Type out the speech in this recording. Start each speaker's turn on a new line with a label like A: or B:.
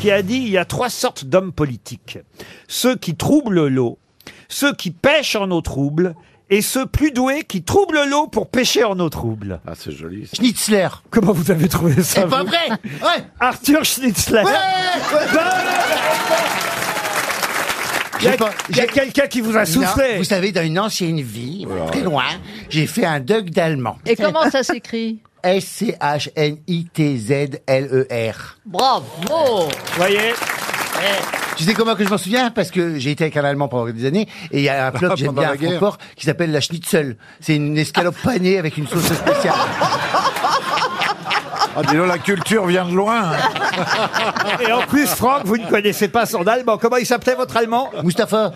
A: qui a dit il y a trois sortes d'hommes politiques. Ceux qui troublent l'eau, ceux qui pêchent en eau trouble, et ceux plus doués qui troublent l'eau pour pêcher en eau trouble.
B: Ah, c'est joli.
A: Schnitzler. Comment vous avez trouvé ça
C: C'est pas
A: vous
C: vrai Ouais
A: Arthur Schnitzler. Il y a-
C: J'ai pas-
A: il y a
C: j'ai- Oh
A: quelqu'un qui vous a soufflé.
C: Non, vous savez, dans une ancienne vie, très loin, j'ai fait un doc d'allemand.
D: Et comment ça s'écrit
C: S-C-H-N-I-T-Z-L-E-R.
D: Bravo
A: Vous voyez
C: Tu sais comment que je m'en souviens Parce que j'ai été avec un Allemand pendant des années, et il y a un plat que j'aime
B: Pendant
C: bien
B: la
C: à
B: guerre.
C: Francfort qui s'appelle la schnitzel. C'est une escalope panée avec une sauce spéciale.
B: Ah, dis donc, la culture vient de loin. hein.
A: Et en plus, Franck, vous ne connaissez pas son allemand. Comment il s'appelait votre allemand
C: Mustapha